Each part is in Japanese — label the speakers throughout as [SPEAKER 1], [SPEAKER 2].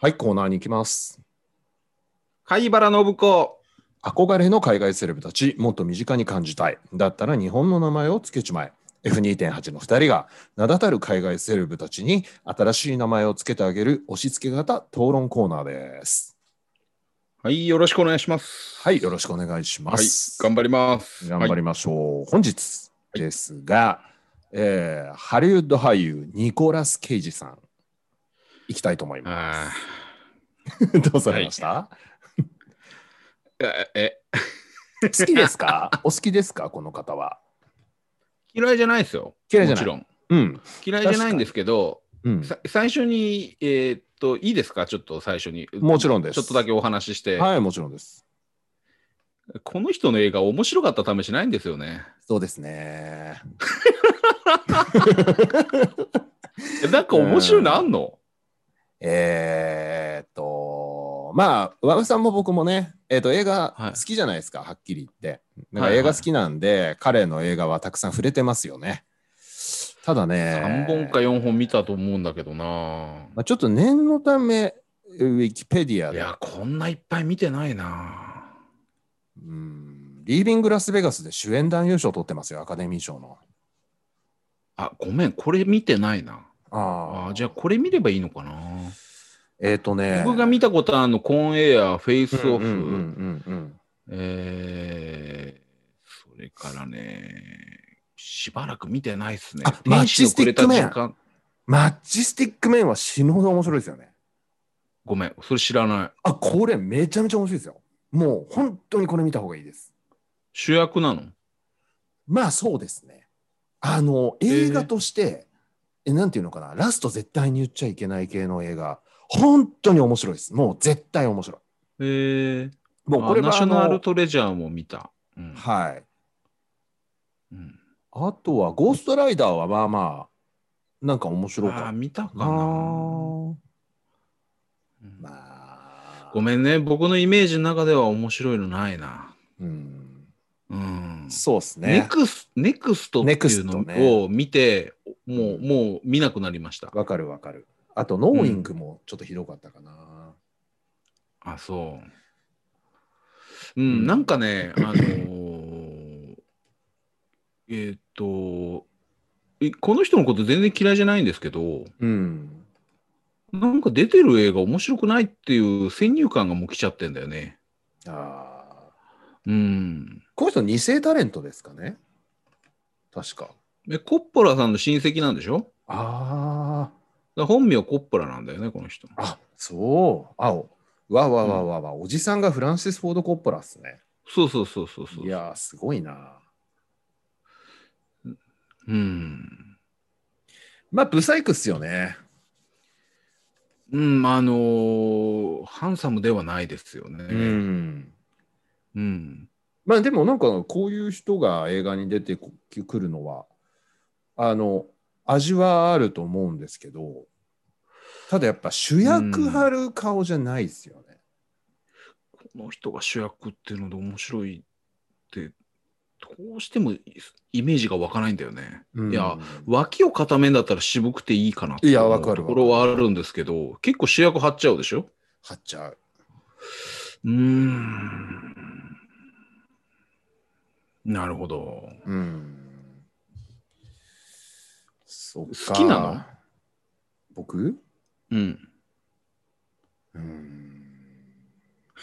[SPEAKER 1] はい、コーナーに行きます。
[SPEAKER 2] 貝原信子。
[SPEAKER 1] 憧れの海外セレブたち、もっと身近に感じたい。だったら日本の名前を付けちまえ。F2.8 の2人が名だたる海外セレブたちに新しい名前を付けてあげる押し付け型討論コーナーです。
[SPEAKER 2] はい、よろしくお願いします。
[SPEAKER 1] はい、よろしくお願いしま
[SPEAKER 2] はい、
[SPEAKER 1] す。
[SPEAKER 2] 頑張ります。
[SPEAKER 1] 頑張
[SPEAKER 2] はい
[SPEAKER 1] りましょう。本日ですが、えーハリウッド俳優ニコラス・ケイジさん、行きたいと思いま
[SPEAKER 2] あ
[SPEAKER 1] す。 どうされました、
[SPEAKER 2] ーえ、え
[SPEAKER 1] 好きですかお好きですかこの方は。
[SPEAKER 2] 嫌いじゃないですよ。
[SPEAKER 1] 嫌いじゃない
[SPEAKER 2] もちろん。
[SPEAKER 1] うん。
[SPEAKER 2] 嫌いじゃないんですけど、
[SPEAKER 1] うん、
[SPEAKER 2] さ最初に、えーっと、いいですかちょっと最初に。
[SPEAKER 1] もちろんです。
[SPEAKER 2] ちょっとだけお話しして、
[SPEAKER 1] はい、もちろんです。
[SPEAKER 2] この人の映画面白かったためしないんですよね。
[SPEAKER 1] そうですね。
[SPEAKER 2] えなんか面白いのあんの
[SPEAKER 1] えーっと、まあ、和田さんも僕もね、えーっと、映画
[SPEAKER 2] はい
[SPEAKER 1] 好きじゃないですか、はっきり言って。なん
[SPEAKER 2] は
[SPEAKER 1] か
[SPEAKER 2] いはい
[SPEAKER 1] 映画好きなんで、彼の映画はたくさん触れてますよね。ただね、
[SPEAKER 2] ?3 本か4本見たと思うんだけどな。
[SPEAKER 1] まあ、ちょっと念のため、ウィキペディア
[SPEAKER 2] い
[SPEAKER 1] で、
[SPEAKER 2] や、こんないっぱい見てないな。
[SPEAKER 1] うん、リービング・ラスベガスで主演男優賞取ってますよ、アカデミー賞の。
[SPEAKER 2] あ、ごめん、これ見てないな。
[SPEAKER 1] あ
[SPEAKER 2] あ
[SPEAKER 1] あ
[SPEAKER 2] ー、じゃあこれ見ればいいのかな。
[SPEAKER 1] えーっとね、
[SPEAKER 2] 僕が見たことあるの、コーンエア、フェイスオ
[SPEAKER 1] うんうんうん
[SPEAKER 2] フ、
[SPEAKER 1] うんうん
[SPEAKER 2] えーそれからね、しばらく見てないですね
[SPEAKER 1] あ。マッ
[SPEAKER 2] 天
[SPEAKER 1] チ
[SPEAKER 2] 使を
[SPEAKER 1] スティ
[SPEAKER 2] くれ
[SPEAKER 1] ック
[SPEAKER 2] た
[SPEAKER 1] メン
[SPEAKER 2] 時間、
[SPEAKER 1] マッチスティック・メンは死ぬほど面白いですよね。
[SPEAKER 2] ごめん、それ知らない。
[SPEAKER 1] あ、これめちゃめちゃ面白いですよ。もう本当にこれ見た方がいいです。
[SPEAKER 2] 主役なの
[SPEAKER 1] まあそうですね。あの、映画として、えなんていうのかな、ラスト絶対に言っちゃいけない系の映画、本当に面白いです。もう絶対面白い。
[SPEAKER 2] えー、
[SPEAKER 1] もうこれ
[SPEAKER 2] あナ
[SPEAKER 1] は
[SPEAKER 2] ショ
[SPEAKER 1] あの
[SPEAKER 2] ナルトレジャーも見た。うん
[SPEAKER 1] はい。
[SPEAKER 2] うん
[SPEAKER 1] あとは、ゴーストライダーはまあまあ、なんか面白
[SPEAKER 2] あ
[SPEAKER 1] か
[SPEAKER 2] ー
[SPEAKER 1] っ
[SPEAKER 2] 見たか
[SPEAKER 1] た
[SPEAKER 2] な
[SPEAKER 1] な。。
[SPEAKER 2] うん
[SPEAKER 1] まあ、
[SPEAKER 2] ごめんね、僕のイメージの中では面白いのないな。
[SPEAKER 1] うん。
[SPEAKER 2] うん。
[SPEAKER 1] そうです
[SPEAKER 2] ネ
[SPEAKER 1] ね。
[SPEAKER 2] クスネクストっていう
[SPEAKER 1] ネクスト
[SPEAKER 2] の
[SPEAKER 1] ね
[SPEAKER 2] を見て、もう、もう見なくなりました。
[SPEAKER 1] わかるわかる。あと、ノーイングもちょっとひどかったかな。
[SPEAKER 2] あ、そう。
[SPEAKER 1] う
[SPEAKER 2] う
[SPEAKER 1] ん
[SPEAKER 2] ん、なん かね、あのーえーっと、えこの人のこと全然嫌いじゃないんですけど、
[SPEAKER 1] うん。
[SPEAKER 2] なんか出てる映画面白くないっていう先入観がもう来ちゃってんだよね。
[SPEAKER 1] ああ。
[SPEAKER 2] うん。
[SPEAKER 1] この人、二世タレントですかね確か。
[SPEAKER 2] え、コッポラさんの親戚なんでしょ
[SPEAKER 1] あ
[SPEAKER 2] だから本名コッポラなんだよね、この人。
[SPEAKER 1] あ。あ、そう。青。わわわわわ、おじさんがフランシス・フォード・コッポラっすね。
[SPEAKER 2] そうそうそうそうそう。
[SPEAKER 1] いやー、すごいな。
[SPEAKER 2] うん。
[SPEAKER 1] まあ、ブサイクっすよね。
[SPEAKER 2] うん、あのーハンサムではないですよね。
[SPEAKER 1] ん。
[SPEAKER 2] うん。
[SPEAKER 1] まあ、でもなんか、こういう人が映画に出てこくるのは、あの、味はあると思うんですけど、ただやっぱ主役張る顔じゃないですよね。
[SPEAKER 2] この人が主役っていうので面白いって、どうしてもイメージが湧かないんだよね。
[SPEAKER 1] うん
[SPEAKER 2] いや、脇を固めんだったら渋くていいかなって
[SPEAKER 1] いや
[SPEAKER 2] 思
[SPEAKER 1] わ
[SPEAKER 2] う
[SPEAKER 1] かるわ
[SPEAKER 2] ところはあるんですけど、結構主役張っちゃうでしょ
[SPEAKER 1] 張っちゃう。
[SPEAKER 2] うーん。なるほど。
[SPEAKER 1] うんそっか
[SPEAKER 2] 好きなの
[SPEAKER 1] 僕
[SPEAKER 2] うん。
[SPEAKER 1] うん。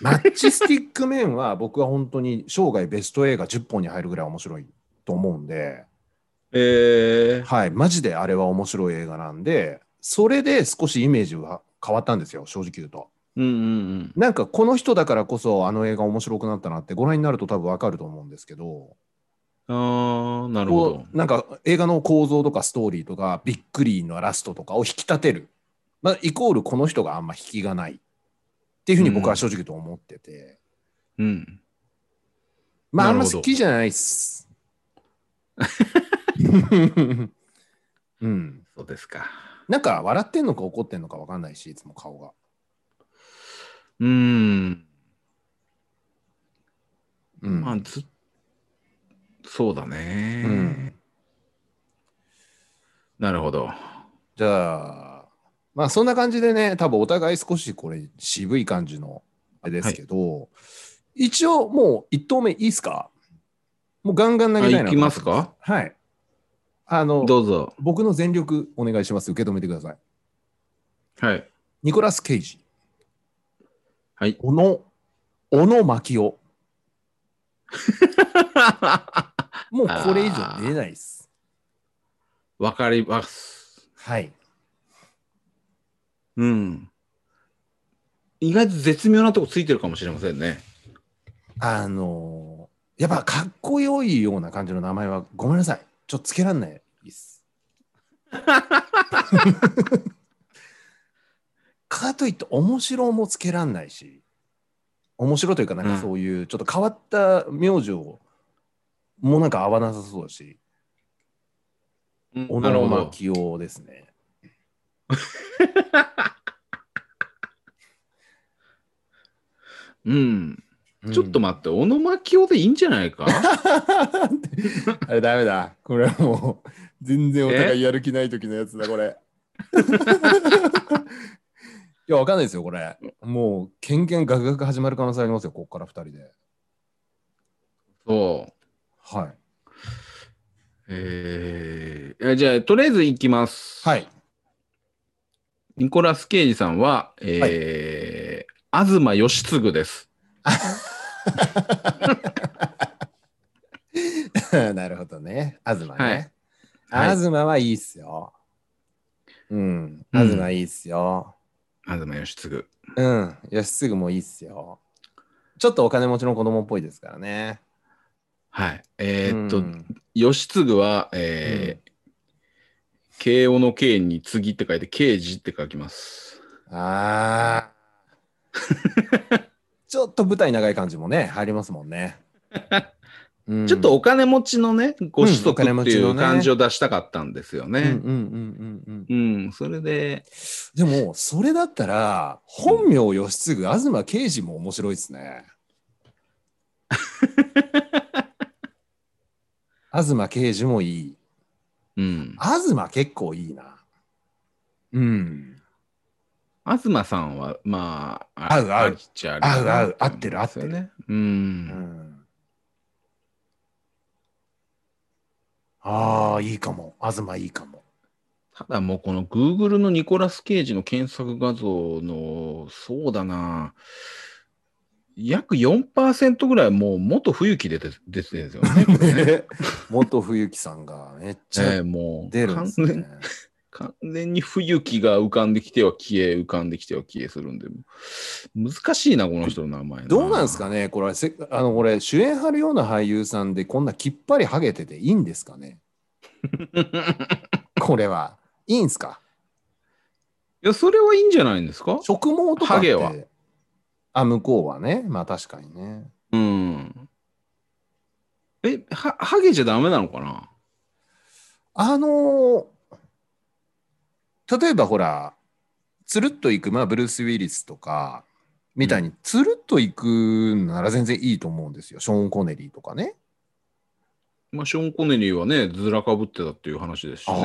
[SPEAKER 1] マッチスティックメンは僕は本当に生涯ベスト映画10本に入るぐらい面白いと思うんで、
[SPEAKER 2] えー、
[SPEAKER 1] はい、マジであれは面白い映画なんで、それで少しイメージは変わったんですよ、正直言うと。
[SPEAKER 2] うんうん
[SPEAKER 1] なんかこの人だからこそあの映画面白くなったなってご覧になると多分わかると思うんですけど、
[SPEAKER 2] うん。ああ、なるほど
[SPEAKER 1] こ。うなんか映画の構造とかストーリーとかびっくりのラストとかを引き立てる、まあ、イコールこの人があんま引きがないっていうふうに僕は正直と思ってて、
[SPEAKER 2] うん。
[SPEAKER 1] まああんま
[SPEAKER 2] なるほど
[SPEAKER 1] 好きじゃないっす。 うん、
[SPEAKER 2] そうですか。
[SPEAKER 1] なんか笑ってんのか怒ってんのか分かんないしいつも顔が。
[SPEAKER 2] うーん。
[SPEAKER 1] うん
[SPEAKER 2] まあ、ずそうだね、
[SPEAKER 1] うん
[SPEAKER 2] なるほど。
[SPEAKER 1] じゃあまあそんな感じでね、多分お互い少しこれ渋い感じのあれですけど、一応もう1投目いいですかもうガンガン投げたいな
[SPEAKER 2] あ行きますか
[SPEAKER 1] はい。あの、
[SPEAKER 2] どうぞ。
[SPEAKER 1] 僕の全力お願いします。受け止めてください。
[SPEAKER 2] はい。
[SPEAKER 1] ニコラス・ケイジ、
[SPEAKER 2] はい。
[SPEAKER 1] 小野、小野牧夫。もうこれ以上出れないです。
[SPEAKER 2] わかります。
[SPEAKER 1] はい。
[SPEAKER 2] うん。意外と絶妙なとこついてるかもしれませんね。
[SPEAKER 1] あのーやっぱかっこよいような感じの名前はごめんなさい。ちょっとつけらんないです。かといって面白もつけらんないし、面白というかなん
[SPEAKER 2] う
[SPEAKER 1] か
[SPEAKER 2] ん
[SPEAKER 1] そういうちょっと変わった名字をもうなんか合わなさそうだし、小
[SPEAKER 2] なる
[SPEAKER 1] 野
[SPEAKER 2] ほど。
[SPEAKER 1] 巻夫ですね。
[SPEAKER 2] うん。ちょっと
[SPEAKER 1] うん
[SPEAKER 2] 待って、小野牧夫でいいんじゃない か
[SPEAKER 1] あれダメだ。これはもう、全然お互いやる気ない時のやつだ、これ。 いや、わかんないですよ、これ。もう、けんけんガクガク始まる可能性ありますよ、ここから2人で。
[SPEAKER 2] そう。
[SPEAKER 1] はい。
[SPEAKER 2] えー、いやじゃあ、とりあえず行きます。
[SPEAKER 1] はい。
[SPEAKER 2] ニコラス・ケイジさんは、えー東義嗣です。
[SPEAKER 1] なるほどね。東ね。
[SPEAKER 2] はいはい
[SPEAKER 1] 東はいいっすよ。うん。
[SPEAKER 2] うん
[SPEAKER 1] 東いいっすよ。
[SPEAKER 2] 東義嗣。
[SPEAKER 1] うん。よしすぐもいいっすよ。ちょっとお金持ちの子供っぽいですからね。
[SPEAKER 2] はい。えーっと、
[SPEAKER 1] うん
[SPEAKER 2] 義嗣は、えー慶応の慶に次って書いて、慶治って書きます。
[SPEAKER 1] ああ。 ちょっと舞台長い感じもね、入りますもんね。うん
[SPEAKER 2] ちょっとお金持ちのね、ご子息
[SPEAKER 1] うんお金持
[SPEAKER 2] って
[SPEAKER 1] ち
[SPEAKER 2] い
[SPEAKER 1] の
[SPEAKER 2] う
[SPEAKER 1] ね
[SPEAKER 2] 感じを出したかったんですよ
[SPEAKER 1] うんうん
[SPEAKER 2] ね。
[SPEAKER 1] うんうんうん。
[SPEAKER 2] うん、それで、
[SPEAKER 1] でも、それだったら、本名義継、東刑事も面白いです ね。東刑事もいい。
[SPEAKER 2] うん。
[SPEAKER 1] 東結構いいな。うん。
[SPEAKER 2] 東さんは、まあ、
[SPEAKER 1] 合う合う
[SPEAKER 2] ありっちゃありかな
[SPEAKER 1] 合う合う合ってる合ってる
[SPEAKER 2] 思うんですよね。う。
[SPEAKER 1] うんん、ああ、いいかも。東いいかも。
[SPEAKER 2] ただもうこの Google のニコラス・ケイジの検索画像の、そうだな、約4%ぐらいもう元冬木出て出てるんですよね。これね
[SPEAKER 1] 元冬木さんがめっ ち
[SPEAKER 2] ええ
[SPEAKER 1] ゃ
[SPEAKER 2] もう
[SPEAKER 1] 出るんですね。
[SPEAKER 2] 完全、完全に冬木が浮かんできては消え、浮かんできては消えするんで、難しいな、この人の名前。
[SPEAKER 1] どうなんですかねこれせあのこれ主演張るような俳優さんでこんなきっぱりハゲてていいんですか ねこれはいいんすか
[SPEAKER 2] いや、それはいいんじゃないんですか
[SPEAKER 1] 植毛とかって
[SPEAKER 2] ハゲは
[SPEAKER 1] あ向こうはねまあ確かにね
[SPEAKER 2] うん。え、は、ハゲじゃダメなのかな
[SPEAKER 1] あのー例えばほら、つるっといく、まあ、ブルース・ウィリスとか、みたいに、つるっといくなら全然いいと思うんですよ。ショーン・コネリーとかね。
[SPEAKER 2] まあ、ショーン・コネリーはね、ずらかぶってたっていう話ですしね。
[SPEAKER 1] ああ。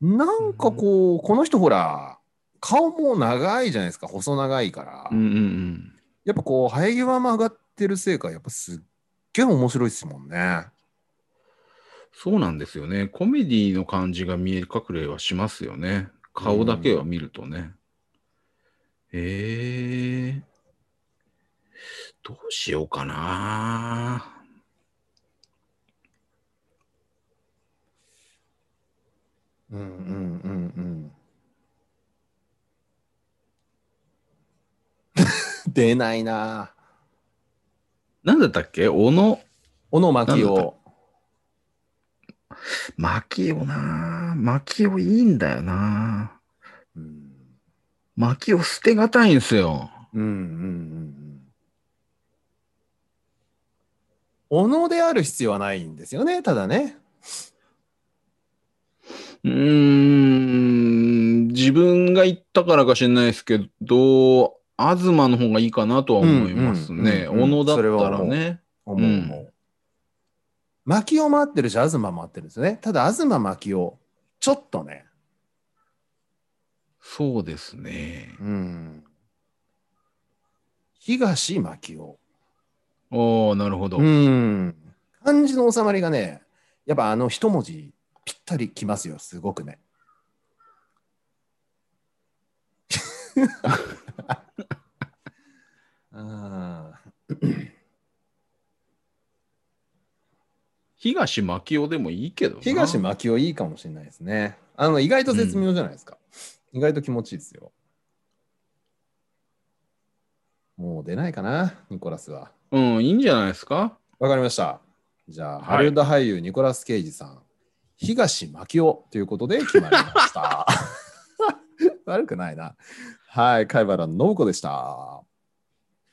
[SPEAKER 1] なんかこう、この人ほら、顔も長いじゃないですか、細長いから。
[SPEAKER 2] うんうんうん。
[SPEAKER 1] やっぱこう、生え際も上がってるせいか、やっぱすっげえ面白いですもんね。
[SPEAKER 2] そうなんですよね。コメディの感じが見え隠れはしますよね。顔だけは見るとね。えー、どうしようかな。
[SPEAKER 1] うんうんうんうん。出ないなぁ。
[SPEAKER 2] なんだったっけ小野
[SPEAKER 1] 小野真紀
[SPEAKER 2] なんだっ
[SPEAKER 1] 夫。
[SPEAKER 2] 牧雄な。牧雄いいんだよな。
[SPEAKER 1] うん
[SPEAKER 2] 牧雄捨てがたいんですよ。
[SPEAKER 1] うんうんうんうん。小野である必要はないんですよね、ただね。
[SPEAKER 2] うーん、自分が言ったからか知れないですけど、東の方がいいかなとは思いますね。
[SPEAKER 1] うんうんうんうん
[SPEAKER 2] 小野だったら
[SPEAKER 1] それ
[SPEAKER 2] ね。
[SPEAKER 1] 思う思う。巻きを回ってるし、東も合ってるんですよね。ただ、東巻きを、ちょっとね、
[SPEAKER 2] そうですね。
[SPEAKER 1] うん。東牧夫。
[SPEAKER 2] ああ、なるほど。
[SPEAKER 1] うん。漢字の収まりがね、やっぱあの一文字ぴったりきますよ、すご くね。あー
[SPEAKER 2] 東牧雄でもいいけどな。
[SPEAKER 1] 東巻夫いいかもしれないですね。あの意外と絶妙じゃないですか。意外と気持ちいいですよ。もう出ないかな、ニコラスは。
[SPEAKER 2] うん、いいんじゃないですか。
[SPEAKER 1] わかりました。じゃあ、
[SPEAKER 2] い
[SPEAKER 1] ハリウッド俳優ニコラス・ケイジさん、東牧夫ということで決まり ました。悪くないな。はい、貝原信子でした。